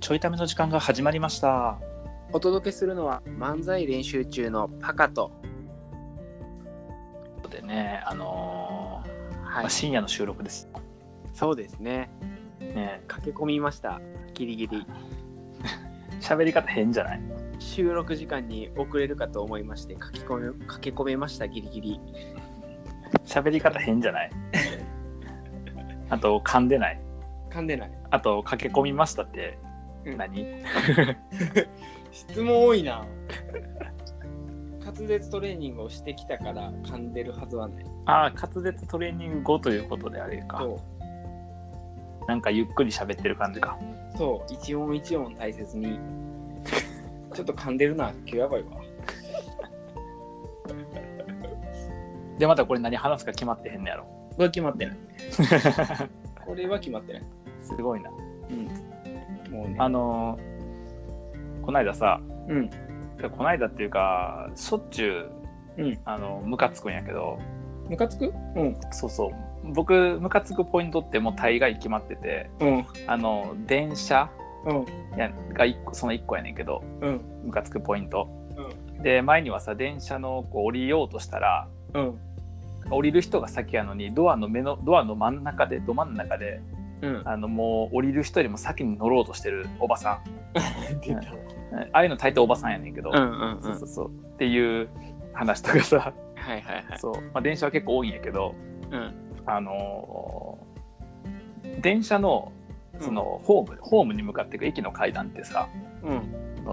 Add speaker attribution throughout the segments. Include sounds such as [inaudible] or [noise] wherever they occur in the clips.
Speaker 1: ちょいための時間が始まりました。
Speaker 2: お届けするのは漫才練習中のパカと、
Speaker 1: でね、あのー
Speaker 2: は
Speaker 1: ま
Speaker 2: い
Speaker 1: あ、、深夜の収録です。
Speaker 2: そうですね
Speaker 1: ね、
Speaker 2: 駆け込みましたギリギリ
Speaker 1: 喋り方変じゃない
Speaker 2: 収録時間に遅れるかと思いまして駆け込め駆け込めましたギリギリ
Speaker 1: 喋り方変じゃ
Speaker 2: [laughs]
Speaker 1: ないあと、噛んでない。
Speaker 2: 噛んでない
Speaker 1: あと、駆け込みましたって
Speaker 2: うん
Speaker 1: 何、
Speaker 2: 質問多いな [laughs] 滑舌トレーニングをしてきたから噛んでるはずはない
Speaker 1: ああ、滑舌トレーニング後ということであれか。
Speaker 2: そ
Speaker 1: なんかゆっくり喋ってる感じか。
Speaker 2: うそう一音一音大切にちょっと噛んでるな今日やばいわ
Speaker 1: で、またこれ何話すか決まってへんのや
Speaker 2: [laughs]
Speaker 1: ろ。
Speaker 2: これ決まってないこれは決まってない
Speaker 1: すごいな。
Speaker 2: うんもうね
Speaker 1: あのーこないださ、
Speaker 2: うん
Speaker 1: こないだっていうか、しょっちゅう、
Speaker 2: うん
Speaker 1: あの、ムカつくんやけど、
Speaker 2: ムカつくうん
Speaker 1: そうそう僕ムカつくポイントってもう大概決まってて
Speaker 2: うん
Speaker 1: あの電車
Speaker 2: うん
Speaker 1: やが一個その1個やねんけど
Speaker 2: うん
Speaker 1: ムカつくポイントで前にはさ電車のこう降りようとしたら
Speaker 2: うん
Speaker 1: 降りる人が先やのにドアの目のドアの真ん中でど真ん中で
Speaker 2: うん
Speaker 1: あのもう降りる人よりも先に乗ろうとしてるおばさ
Speaker 2: 出た
Speaker 1: んああいうの大抵おばさんやねんけど、
Speaker 2: うんうんう
Speaker 1: そうんそうそうっていう話とかさ
Speaker 2: はいはいはい
Speaker 1: そう、まあ、電車は結構多いんやけど
Speaker 2: うん
Speaker 1: あのー電車のそのホーム、ホームに向かっていく駅の階段ってさ
Speaker 2: う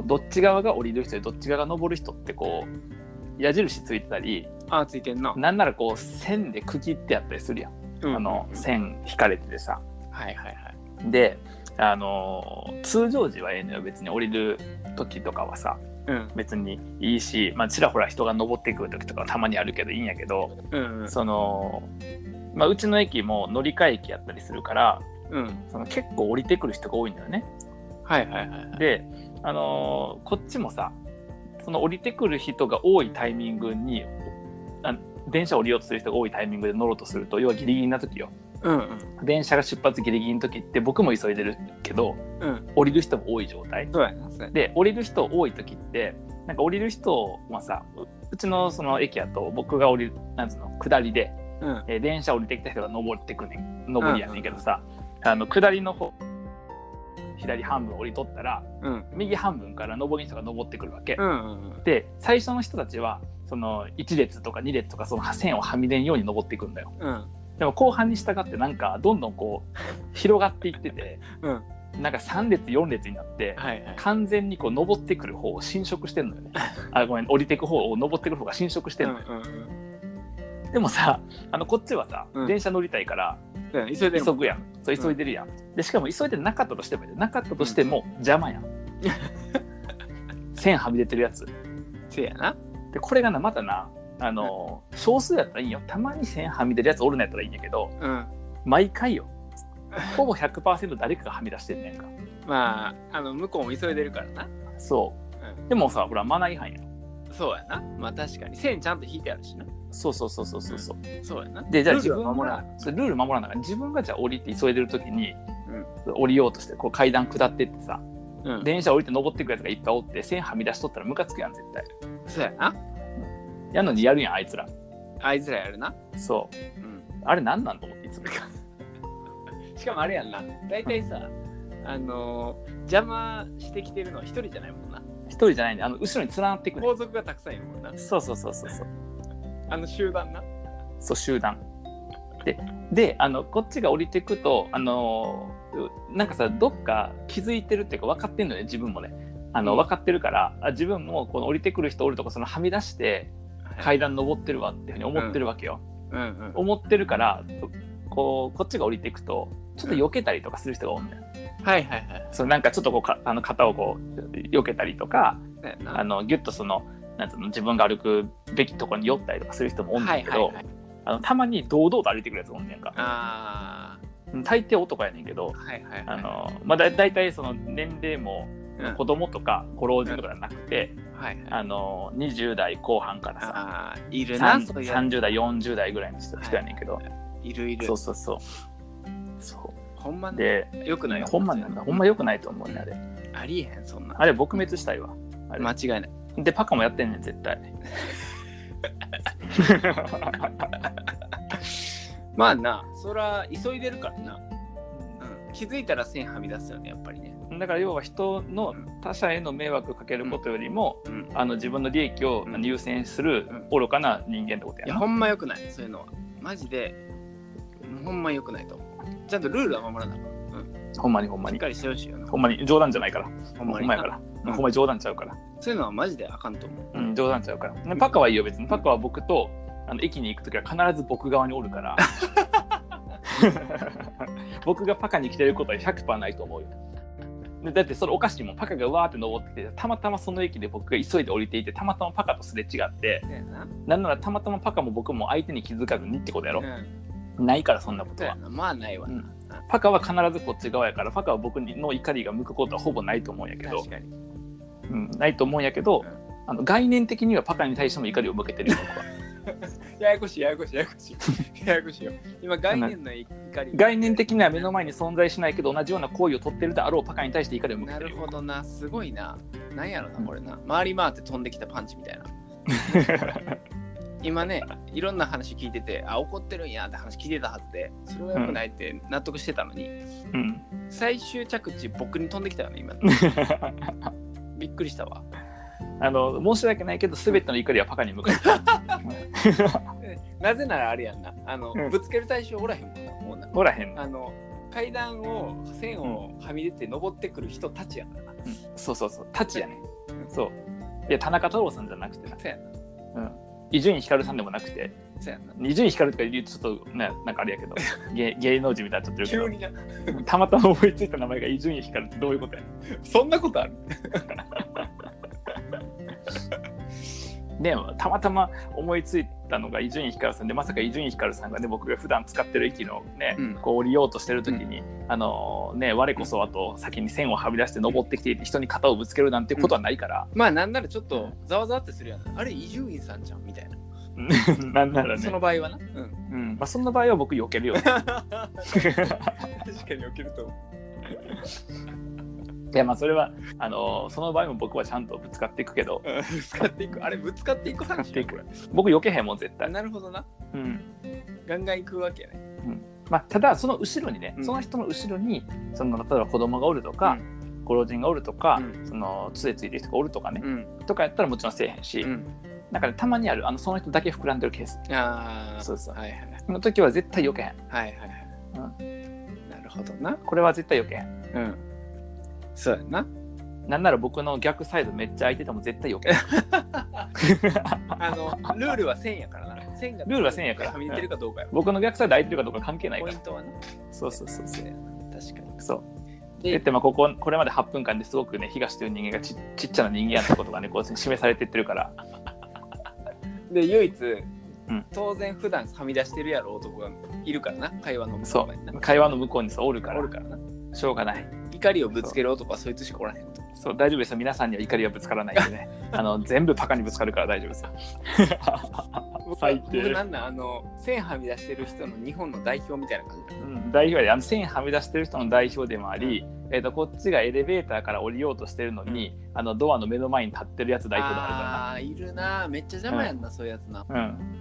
Speaker 2: ん
Speaker 1: どっち側が降りる人でどっち側が登る人ってこう矢印ついてたり
Speaker 2: あーついてんな
Speaker 1: なんならこう線で区切ってあったりするやん、
Speaker 2: うん
Speaker 1: あの線引かれててさ
Speaker 2: はいはいはい
Speaker 1: であのー通常時はええのよ別に降りる時とかはさ
Speaker 2: うん
Speaker 1: 別にいいし、まあ、ちらほら人が登ってくる時とかはたまにあるけどいいんやけど
Speaker 2: うんうん
Speaker 1: その、まあ、うちの駅も乗り換え駅やったりするから
Speaker 2: うん
Speaker 1: その結構降りてくる人が多いんだよね。
Speaker 2: はいはいはいはい
Speaker 1: で、あのーこっちもさその降りてくる人が多いタイミングにあ電車降りようとする人が多いタイミングで乗ろうとすると要はギリギリな時よ
Speaker 2: うんうん
Speaker 1: 電車が出発ギリギリの時って僕も急いでるけど
Speaker 2: うん
Speaker 1: 降りる人も多い状態
Speaker 2: そうやなそうや
Speaker 1: で降りる人多い時ってなんか降りる人はさううちのその駅やと僕が降りるなんつうの下りで、
Speaker 2: うん
Speaker 1: えー電車降りてきた人が登ってくねん上りやねんけどさ、あの下りの方左半分降りとったら
Speaker 2: うん
Speaker 1: 右半分から上りの人が登ってくるわけ、
Speaker 2: うんうん
Speaker 1: で最初の人たちはその1列とか2列とかその線をはみ出んように登っていくんだよ
Speaker 2: うん
Speaker 1: でも後半に従ってなんかどんどんこう広がっていってて
Speaker 2: [laughs] うん
Speaker 1: なんか3列4列になって
Speaker 2: はいはい
Speaker 1: 完全にこう登ってくる方を侵食してん
Speaker 2: [laughs]
Speaker 1: のよねあごめん降りてく方を登ってくる方が侵食して
Speaker 2: うんんう
Speaker 1: の
Speaker 2: ん
Speaker 1: よ、
Speaker 2: うん
Speaker 1: でもさあのこっちはさ、
Speaker 2: うん
Speaker 1: 電車乗りたいから
Speaker 2: そうやな急いでるも
Speaker 1: 急
Speaker 2: ん
Speaker 1: ぐやんそう急いでるやん、でしかも急いでなかったとしてもやでなかったとしても邪魔やん、線はみ出てるやつ
Speaker 2: せやな
Speaker 1: でこれがなまたなあの、少数やったらいいよたまに線はみ出るやつおるんやったらいいんやけど
Speaker 2: うん
Speaker 1: 毎回よほぼ100%誰かがはみ出してんねんか
Speaker 2: まああの向こうも急いでるからな
Speaker 1: そう、でもさほらマナー違反やん
Speaker 2: そうやなまあ確かに線ちゃんと引いてあるしな
Speaker 1: そうそうそうそうそうそう
Speaker 2: そうやな
Speaker 1: でじゃあ
Speaker 2: ルー
Speaker 1: 自
Speaker 2: ルは
Speaker 1: 分が
Speaker 2: 守らな
Speaker 1: そうルール守らないから自分がじゃあ降りて急いでる時に、
Speaker 2: うん
Speaker 1: 降りようとしてこう階段下ってってさ
Speaker 2: うん
Speaker 1: 電車降りて登ってくやつがいっぱいおって線はみ出しとったらムカつくやん絶対
Speaker 2: そうやな
Speaker 1: やのにやるやんあいつら
Speaker 2: あいつらやるな
Speaker 1: そう
Speaker 2: うん
Speaker 1: あれなんなんと思っていつ
Speaker 2: [laughs]
Speaker 1: も
Speaker 2: しかもあれやんな大体さあのー邪魔してきてるのは一人じゃないもんな
Speaker 1: 一人じゃないんであの後ろに連なってくる
Speaker 2: 後続がたくさんいるもんな
Speaker 1: そうそうそうそうそう
Speaker 2: あの集団な
Speaker 1: そう集団でであのこっちが降りてくとあのうなんかさどっか気づいてるっていうか分かってんのよね自分もねあの
Speaker 2: うん
Speaker 1: 分かってるからあ自分もこの降りてくる人おるとこそのはみ出して階段登ってるわっていうふうに思ってるわけよ、
Speaker 2: うんうん
Speaker 1: 思ってるからこうこっちが降りてくとちょっと避けたりとかする人が多いんだよ、
Speaker 2: はいはいはい
Speaker 1: そうなんかちょっとこうかあの肩をこう避けたりとか
Speaker 2: そうやな
Speaker 1: あのギュッとそのなんつうの自分が歩くべきところに寄ったりとかする人もおんねんけど、
Speaker 2: はいはいはい
Speaker 1: あのたまに堂々と歩いてくるやつおんねんか
Speaker 2: あ
Speaker 1: 大抵男やねんけど
Speaker 2: ーはいはいはい
Speaker 1: あの、まあ、だ大体その年齢も
Speaker 2: うん
Speaker 1: 子供とかご老人とかじゃなくて、
Speaker 2: はいはい
Speaker 1: あの20代後半からさ
Speaker 2: あーいるな
Speaker 1: 三
Speaker 2: そういうや
Speaker 1: 30代40代ぐらいの人人やねんけど、
Speaker 2: ついるいる
Speaker 1: そうそうそうそう
Speaker 2: ほんまね
Speaker 1: で
Speaker 2: よくないよ
Speaker 1: ほんまなんだほんま良くないと思うねあれ
Speaker 2: ありえへん、そんな。
Speaker 1: あれ撲滅したいわ。あれ
Speaker 2: 間違いない。
Speaker 1: で、パカもやってんねん、絶
Speaker 2: [laughs]
Speaker 1: 対。
Speaker 2: まあな、そら、急いでるからな。うん。気づいたら線はみ出すよね、やっぱりね。
Speaker 1: だから要は人の他者への迷惑をかけることよりも、
Speaker 2: うん。
Speaker 1: あの自分の利益を
Speaker 2: うん
Speaker 1: 優先する愚かな人間ってことや
Speaker 2: いや、
Speaker 1: な。
Speaker 2: ほんまよくない、そういうのは。マジで、ほんまよくないと思う。ちゃんとルールは守らなあかん。
Speaker 1: ほんまにほんま
Speaker 2: しっ
Speaker 1: に。
Speaker 2: かりしてほしいよな。
Speaker 1: ほんまに冗談じゃないから。
Speaker 2: ほ
Speaker 1: ほんまやから。
Speaker 2: うん
Speaker 1: ほんまに冗談ちゃうから。
Speaker 2: そういうのはマジであかんと思う。
Speaker 1: うん、冗談ちゃうから。ねパカはいいよ、別に。パカは僕とあの駅に行くときは必ず僕側におる
Speaker 2: [laughs]
Speaker 1: から。僕がパカに来てることは100%ないと思うよ。でだってそれおかしいもん。パカがわーって登ってきて、たまたまその駅で僕が急いで降りていて、たまたまパカとすれ違って、
Speaker 2: そうやな。
Speaker 1: なんならたまたまパカも僕も相手に気づかずにってことやろ。
Speaker 2: うん
Speaker 1: ないから、そんなこと
Speaker 2: そうや
Speaker 1: は。
Speaker 2: な。まあないわ
Speaker 1: う
Speaker 2: な。
Speaker 1: んパカは必ずこっち側やから、パカは僕の怒りが向くことはほぼないと思うんやけど。
Speaker 2: 確かに。
Speaker 1: うん、ないと思うんやけど、
Speaker 2: うん
Speaker 1: あの概念的にはパカに対しても怒りを向け
Speaker 2: [laughs]
Speaker 1: てるよ僕は
Speaker 2: ややこしい、ややこしい、ややこし
Speaker 1: [laughs]
Speaker 2: い。ややこしいよ。今、概念の怒り。
Speaker 1: 概念的には目の前に存在しないけど同じような行為を取ってるであろうパカに対して怒りを向け
Speaker 2: な
Speaker 1: てる
Speaker 2: る
Speaker 1: よ
Speaker 2: ほどな、すごいな。なんやろな、
Speaker 1: うん
Speaker 2: これな。回り回って飛んできたパンチみたいな。今ね、いろんな話聞いてて、あ、怒ってるんやって話聞いてたはずで、それはよくないって納得してたのに、
Speaker 1: うん
Speaker 2: 最終着地、僕に飛んできたよね、今。びっくりしたわ。
Speaker 1: [laughs] あの申し訳ないけど全ての怒りはパカに向かってる
Speaker 2: なぜならあれやんな、あの、
Speaker 1: うん
Speaker 2: ぶつける対象おらへんもんな、もうな。
Speaker 1: おらへん
Speaker 2: あの、階段を、線をはみ出て登ってくる人たちやからな。
Speaker 1: そうそうそうタチやね
Speaker 2: うん
Speaker 1: そういや田中太郎さんじゃなくてな
Speaker 2: そうやな、
Speaker 1: うん伊集院光さんでもなくて
Speaker 2: そうやな。
Speaker 1: 伊集院光とか言うとちょっとねなんかあれや
Speaker 2: [laughs]
Speaker 1: けど芸芸能人みたいになっちゃって
Speaker 2: 急
Speaker 1: る
Speaker 2: にな、
Speaker 1: けどたまたま思いついた名前が伊集院光ってどういうことや
Speaker 2: そんなことある
Speaker 1: でたまたま思いついたのが伊集院光さんでまさか伊集院光さんがね僕が普段使ってる駅のね、
Speaker 2: うん
Speaker 1: こう降りようとしてる時に、あのね我こそはと先に線をはみ出して登ってきていて人に肩をぶつけるなんてことはないから、
Speaker 2: まあなんならちょっとざわざわってするやん。あれ伊集院さんじゃんみたいな。
Speaker 1: [laughs] なんならね
Speaker 2: その場合はな。うん。
Speaker 1: うんまあ、そんな場合は僕避け
Speaker 2: [laughs]
Speaker 1: るよね
Speaker 2: 確かに起きると思
Speaker 1: いやまあそれはあのその場合も僕はちゃんとぶつかっていくけど
Speaker 2: う。ぶつかっていく。あれぶつかっていく話やん
Speaker 1: ぶつかっていく
Speaker 2: これ
Speaker 1: 僕避けへんもん絶対、
Speaker 2: なるほどな。
Speaker 1: うん
Speaker 2: ガンガン行くわけね。
Speaker 1: まあ、ただその後ろにね、
Speaker 2: うん
Speaker 1: その人の後ろにその例えば子供がおるとか、ご老人がおるとか、
Speaker 2: うん
Speaker 1: その杖ついてる人がおるとかね、
Speaker 2: うん。
Speaker 1: とかやったらもちろんせえへんし、
Speaker 2: うん。
Speaker 1: だからたまにあるあのその人だけ膨らんでるケース
Speaker 2: ああ。
Speaker 1: そうそう
Speaker 2: はいはいはい。
Speaker 1: の時は絶対避けへん
Speaker 2: はいはいはい。なるほどな。
Speaker 1: これは絶対避けへん
Speaker 2: うん。そうやな。
Speaker 1: なんなら僕の逆サイドめっちゃ空いてても絶対避けへん
Speaker 2: [laughs] あの、ルールは線やからな。線が
Speaker 1: ルールは線やから
Speaker 2: はみ出てるかどうかや。
Speaker 1: 僕の逆サイド空いてるかどうか関係ない
Speaker 2: ポ
Speaker 1: か
Speaker 2: イ
Speaker 1: ら
Speaker 2: ントはな。
Speaker 1: そうそうそうそ
Speaker 2: そう
Speaker 1: う
Speaker 2: やな確かに。
Speaker 1: そうでっ
Speaker 2: で、
Speaker 1: てまあこここれまで8分間ですごくね東という人間がちちっちゃな人間やったこと
Speaker 2: [laughs]
Speaker 1: がねこう示されてってるから
Speaker 2: で唯一、
Speaker 1: ん
Speaker 2: 当然普段はみ出してるやろ男がいるからな会話の向こ
Speaker 1: そう
Speaker 2: までな
Speaker 1: う会話の向こうにそうおるから
Speaker 2: おるからな
Speaker 1: しょうがない
Speaker 2: 怒りをぶつける男はそいつしかおらへんと
Speaker 1: そう大丈夫ですよ皆さんには怒りはぶつからないんでね
Speaker 2: [laughs]
Speaker 1: あの全部パカにぶつかるから大丈夫ですよ最低
Speaker 2: 僕なんなんあの線はみ出してる人の日本の代表みたいな感じ
Speaker 1: うん代表であの線はみ出してる人の代表でもあり、えー、とこっちがエレベーターから降りようとしてるのに、あのドアの目の前に立ってるやつ代表でもあるからな。
Speaker 2: ああーいるなめっちゃ邪魔やんな、そういうやつな
Speaker 1: うん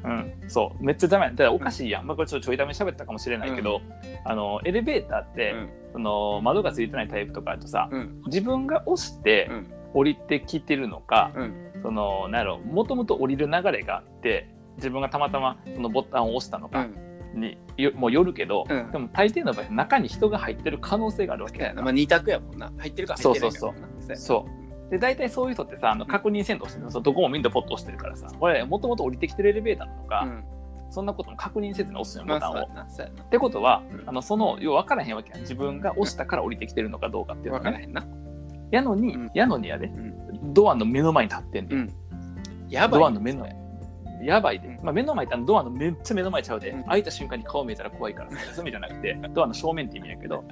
Speaker 1: うん、そうめっちゃダメだからおかしいやん、まあ、これちょっとちょいダメ喋ったかもしれないけど、あのエレベーターって、
Speaker 2: うん
Speaker 1: その窓がついてないタイプとかだとさ
Speaker 2: うん
Speaker 1: 自分が押して
Speaker 2: うん
Speaker 1: 降りてきてるのか、
Speaker 2: うん
Speaker 1: そのなんやろもともと降りる流れがあって自分がたまたまそのボタンを押したの
Speaker 2: う
Speaker 1: か
Speaker 2: ん
Speaker 1: によもうよるけど、
Speaker 2: うん
Speaker 1: でも大抵の場合中に人が入ってる可能性があるわけ
Speaker 2: そう
Speaker 1: や
Speaker 2: や
Speaker 1: な
Speaker 2: なまあ二択やもんな入ってるか入ってないかやもんなそうや
Speaker 1: そうで大体そういう人ってさあの確認せんとしてるのそうどこもみんなポッと押してるからさ俺もともと降りてきてるエレベーターなのか、
Speaker 2: うん
Speaker 1: そんなことも確認せずに押すのよ
Speaker 2: ま
Speaker 1: ボタ
Speaker 2: あ
Speaker 1: ンを。
Speaker 2: そうやなそうやな
Speaker 1: ってことは、
Speaker 2: うん
Speaker 1: あのその要は分からへんわけやん自分が押したから降りてきてるのかどうかっていうの
Speaker 2: 分
Speaker 1: が、
Speaker 2: から
Speaker 1: ね、
Speaker 2: へんな
Speaker 1: やのに、
Speaker 2: うん
Speaker 1: やのにやで、
Speaker 2: ん
Speaker 1: ドアの目の前に立ってんで、
Speaker 2: うんやばい
Speaker 1: ドアの目の前やばいで、
Speaker 2: うん
Speaker 1: まあ、目の前ってあのドアのめっちゃ目の前ちゃうで、
Speaker 2: うん
Speaker 1: 開いた瞬間に顔見えたら怖いからさそういう意味じゃなくてドアの正面って意味やけど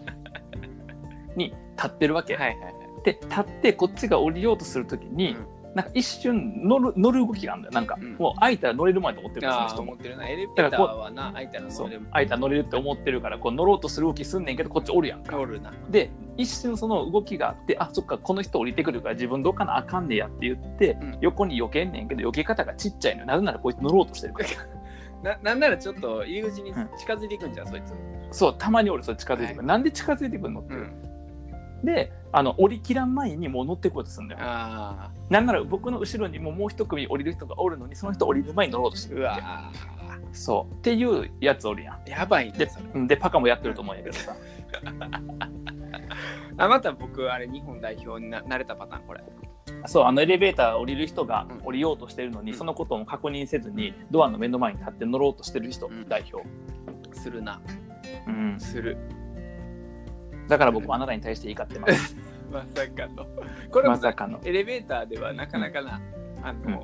Speaker 2: [laughs]
Speaker 1: に立ってるわけ、
Speaker 2: はいはいはい
Speaker 1: で立ってこっちが降りようとするときに、
Speaker 2: うん
Speaker 1: なんか一瞬乗る乗る動きがあるんだよなんか、
Speaker 2: うん
Speaker 1: もう開いたら乗れる前と思ってるからそ
Speaker 2: あ
Speaker 1: の
Speaker 2: あ
Speaker 1: 人
Speaker 2: 思
Speaker 1: も
Speaker 2: ってるなエレベーターはな開いたら
Speaker 1: そ
Speaker 2: 乗れ
Speaker 1: う
Speaker 2: る
Speaker 1: 開いたら乗れるって思ってるからこう乗ろうとする動きすんねんけどこっちおるやんか
Speaker 2: おるな
Speaker 1: で一瞬その動きがあってあそっかこの人降りてくるから自分どうかなあかんねやって言って、
Speaker 2: うん
Speaker 1: 横に避けんねんけど避け方がちっちゃいのよなぜならこいつ乗ろうとして
Speaker 2: [laughs]
Speaker 1: るから
Speaker 2: ななんならちょっと入り口に近づいていくんじゃん、そいつ
Speaker 1: そうたまに俺それ近づいてくる、なんで近づいてくるのって、
Speaker 2: うん
Speaker 1: であの降りきらん前にもう乗ってこようとするんだよ
Speaker 2: ああ
Speaker 1: なんなら僕の後ろにももう一組降りる人がおるのにその人降りる前に乗ろうとして
Speaker 2: う
Speaker 1: るわけ
Speaker 2: わー
Speaker 1: そうっていうやつおるやん
Speaker 2: やばいね
Speaker 1: で
Speaker 2: それ
Speaker 1: うんでパカもやってると思うんやけどさ
Speaker 2: あまた僕あれ日本代表にななれたパターンこれ
Speaker 1: そうあのエレベーター降りる人が
Speaker 2: うん
Speaker 1: 降りようとしてるのに、
Speaker 2: うん
Speaker 1: そのことも確認せずにドアの目の前に立って乗ろうとしてる人、
Speaker 2: うん
Speaker 1: 代表、
Speaker 2: するな
Speaker 1: うん、
Speaker 2: する
Speaker 1: だから僕はあなたに対して怒ってます。
Speaker 2: まさかのこれも
Speaker 1: ま
Speaker 2: さ
Speaker 1: さかの。
Speaker 2: エレベーターではなかなかな、あの、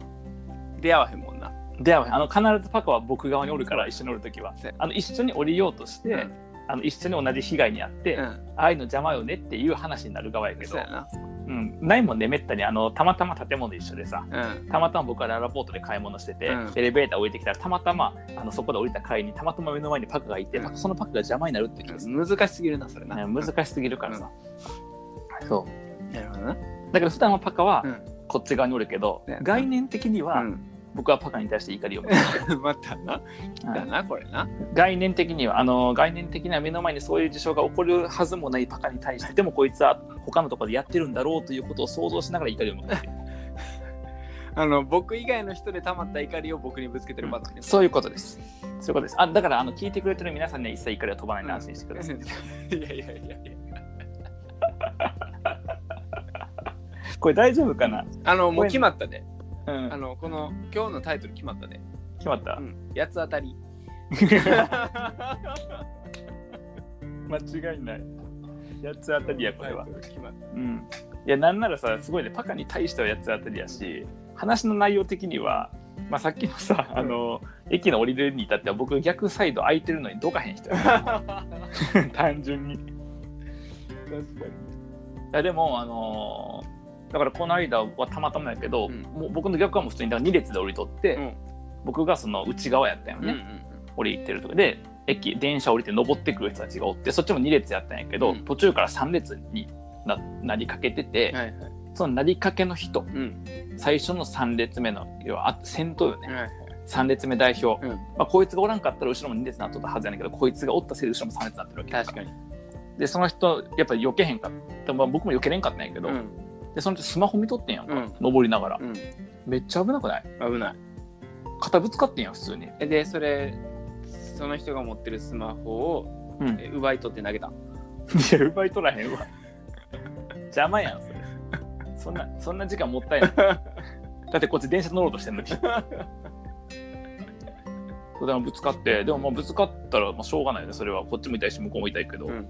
Speaker 2: 出会わへんもんな
Speaker 1: で、あの必ずパカは僕側におるから一緒におるときは
Speaker 2: そうや、
Speaker 1: あの一緒に降りようとして、
Speaker 2: うん
Speaker 1: あの一緒に同じ被害に遭って、
Speaker 2: う
Speaker 1: あ
Speaker 2: ん
Speaker 1: あいうの邪魔よねっていう話になる側やけ
Speaker 2: そ
Speaker 1: ど
Speaker 2: う、や
Speaker 1: うん、ないもんねめったにあのたまたま建物一緒でさ。
Speaker 2: なうん
Speaker 1: たまたま僕はララポートで買い物してて、
Speaker 2: うん
Speaker 1: エレベーター降りてきたらたまたまあのそこで降りた階にたまたま目の前にパクがいて、
Speaker 2: うん
Speaker 1: パクそのパクが邪魔になるって気がする、
Speaker 2: 難しすぎるなそれな、
Speaker 1: ね難しすぎるからさ、そう
Speaker 2: なるほどな
Speaker 1: だけど普段はパカは
Speaker 2: うん
Speaker 1: こっち側におるけど、
Speaker 2: ね
Speaker 1: 概念的には僕はパカに対して怒りを持つ、
Speaker 2: うん [laughs] またな
Speaker 1: はい
Speaker 2: だなこれな
Speaker 1: 概念的にはあの概念的には目の前にそういう事象が起こるはずもないパカに対してでもこいつは他のところでやってるんだろうということを想像しながら怒りを持っている
Speaker 2: あの僕以外の人で溜まった怒りを僕にぶつけてるパターンです、
Speaker 1: そういうことですそういうことですあだからあの聞いてくれてる皆さんには一切怒りは飛ばないので安心してください、
Speaker 2: [laughs] いやいやいやいや
Speaker 1: これ大丈夫かな、
Speaker 2: あのもう決まったで、
Speaker 1: うん
Speaker 2: あのこの今日のタイトル決まったで、
Speaker 1: 決まった、
Speaker 2: うん、八つ当たり
Speaker 1: 間違いない八つ当たりやこれは
Speaker 2: タイトル決まった
Speaker 1: うんいやなんならさすごいねパカに対してはやつ当たりやし話の内容的には、まあ、さっきのさあの駅の降りるに至っては僕逆サイド空いてるのにどかへん人や
Speaker 2: [laughs]
Speaker 1: 単純にい
Speaker 2: 確かに
Speaker 1: やでもあのーだからこの間はたまたまやけど、
Speaker 2: うん
Speaker 1: もう僕の逆はもう普通にだから2列で降りとって、
Speaker 2: うん
Speaker 1: 僕がその内側やったよ
Speaker 2: うん
Speaker 1: ね、
Speaker 2: うん
Speaker 1: 降りてるとかで駅電車降りて登ってくる人たちがおってそっちも2列やったんやけど、
Speaker 2: うん
Speaker 1: 途中から3列にななりかけてて、
Speaker 2: うんはいはい
Speaker 1: そのなりかけの人
Speaker 2: うん
Speaker 1: 最初の3列目の要はあ先頭よね
Speaker 2: はい
Speaker 1: 3列目代表、
Speaker 2: うん
Speaker 1: まあ、こいつがおらんかったら後ろも2列になっとったはずやねんけどこいつがおったせいで後ろも3列になってるわけ
Speaker 2: 確かに
Speaker 1: でその人やっぱり避けへんかった、まあ、僕も避けれんかったんやけど、
Speaker 2: うん
Speaker 1: でその人スマホ見とってんやんか、
Speaker 2: うん
Speaker 1: 登りながら、
Speaker 2: うん
Speaker 1: めっちゃ危なくない
Speaker 2: 危ない
Speaker 1: 肩ぶつかってんやん普通に
Speaker 2: えでそれその人が持ってるスマホを
Speaker 1: うんい
Speaker 2: え奪い取って投げた
Speaker 1: や奪い取らへんわ邪魔やんそれそんなそんな時間もったいないだってこっち電車乗ろうとしてんのにそうだからぶつかってでもまあぶつかったらまあしょうがないよねそれはこっちも痛いし向こうも痛いけど、
Speaker 2: ん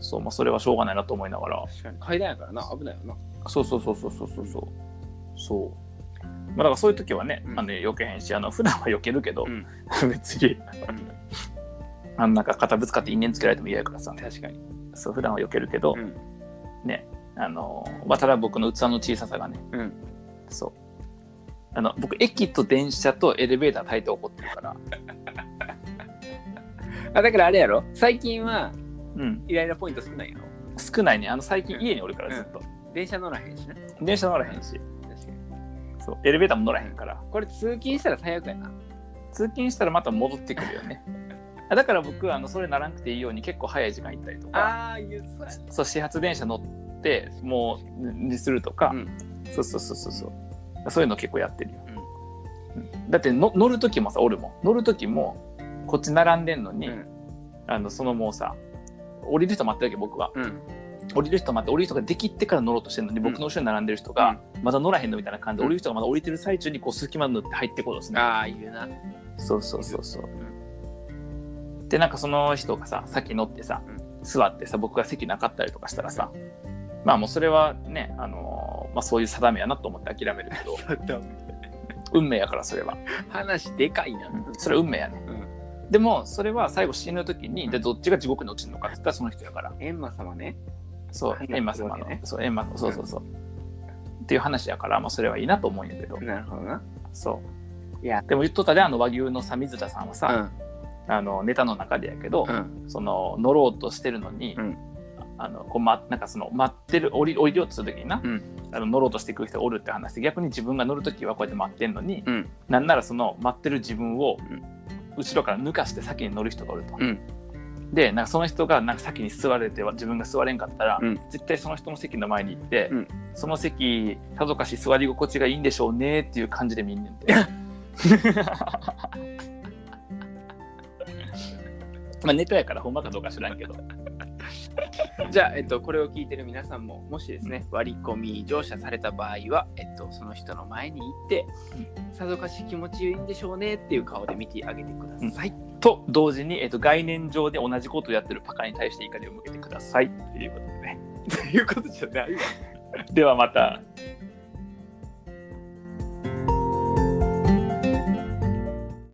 Speaker 1: そう、まあ、それはしょうがないなと思いながら。
Speaker 2: 確かに階段やからな危ないよな
Speaker 1: そうそうそうそうそうそうそう。そう。まあ、だからそういう時はね、
Speaker 2: うん
Speaker 1: あの避けへんし、あの普段は避けるけど、
Speaker 2: うん
Speaker 1: [laughs] 別に、あのなんか肩ぶつかって因縁つけられても嫌やからさ、
Speaker 2: 確かに
Speaker 1: そう普段は避けるけど、
Speaker 2: うん
Speaker 1: あの、まあ、ただ僕の器の小ささがね、
Speaker 2: うん
Speaker 1: そう。あの僕、駅と電車とエレベーター大抵怒ってるから、
Speaker 2: あだからあれやろ最近は
Speaker 1: うん、
Speaker 2: イライラポイント少ないやろ
Speaker 1: 少ないね、あの最近
Speaker 2: うん
Speaker 1: 家におるからずっと、
Speaker 2: 電車乗らへんしな
Speaker 1: 電車乗らへんし、
Speaker 2: 確かに
Speaker 1: そう、エレベーターも乗らへんから、
Speaker 2: これ通勤したら最悪やな
Speaker 1: 通勤したらまた戻ってくるよ
Speaker 2: [laughs]
Speaker 1: ねあだから僕あのそれならなくていいように結構早い時間行ったりとか
Speaker 2: ああ言うそうや
Speaker 1: そう始発電車乗ってもうにするとか、
Speaker 2: うん
Speaker 1: そうそうそうそうそうそういうの結構やってるよ、うんだっての乗る時もさ俺も乗る時もこっち並んでんのに、
Speaker 2: うん
Speaker 1: あのそのもうさ降りる人待ってるわけ僕は
Speaker 2: うん
Speaker 1: 降りる人待って降りる人ができてから乗ろうとしてるのに、僕の後ろに並んでる人が、まだ乗らへんのみたいな感じで、
Speaker 2: う
Speaker 1: 降
Speaker 2: ん
Speaker 1: りる人がまだ降りてる最中にこう隙間塗って入ってこうとするの
Speaker 2: ああ言うな
Speaker 1: そうそうそうそう。でなんかその人がさ先乗ってさ座ってさ僕が席なかったりとかしたらさまあもうそれはね、あのーまあ、そういう定めやなと思って諦めるけど運命やからそれは
Speaker 2: 話でかいな
Speaker 1: それは運命やね、でもそれは最後死ぬ時にでどっちが地獄に落ちるのかって言ったらその人やから
Speaker 2: エンマ様ね
Speaker 1: そう
Speaker 2: はい
Speaker 1: 閻魔様の、
Speaker 2: ね
Speaker 1: そう閻魔そうそうそう、っていう話やから、まあ、それはいいなと思うんやけど、
Speaker 2: なるほどな。
Speaker 1: そう
Speaker 2: いや
Speaker 1: でも言っとったであの和牛のさ水田さんはさ、あのネタの中でやけど、
Speaker 2: うん。うん。
Speaker 1: その乗ろうとしてるのに、
Speaker 2: うん
Speaker 1: あのこう、ま、なんかその待ってる降り降りようとするときにな、
Speaker 2: うん
Speaker 1: あの乗ろうとしてくる人がおるって話で逆に自分が乗るときはこうやって待ってんのに、
Speaker 2: うん。
Speaker 1: なんならその待ってる自分を
Speaker 2: うん
Speaker 1: 後ろから抜かして先に乗る人がおると。
Speaker 2: うん
Speaker 1: でなんかその人がなんか先に座れては自分が座れんかったら、
Speaker 2: うん
Speaker 1: 絶対その人の席の前に行って、
Speaker 2: うん
Speaker 1: その席さぞかし座り心地がいいんでしょうねっていう感じで見んねん [laughs] て。まあネタやからほんまかどうか知らんけど。
Speaker 2: じゃあ、えっと、これを聞いてる皆さんも、もしですね、割り込み乗車された場合は、えっと、その人の前に行って、さぞかし気持ちいいんでしょうねっていう顔で見てあげてください。
Speaker 1: と同時に、えっと概念上で同じことをやってるパカに対して怒りを向けてくださいということでね。
Speaker 2: ということじゃないわ。
Speaker 1: ではまた。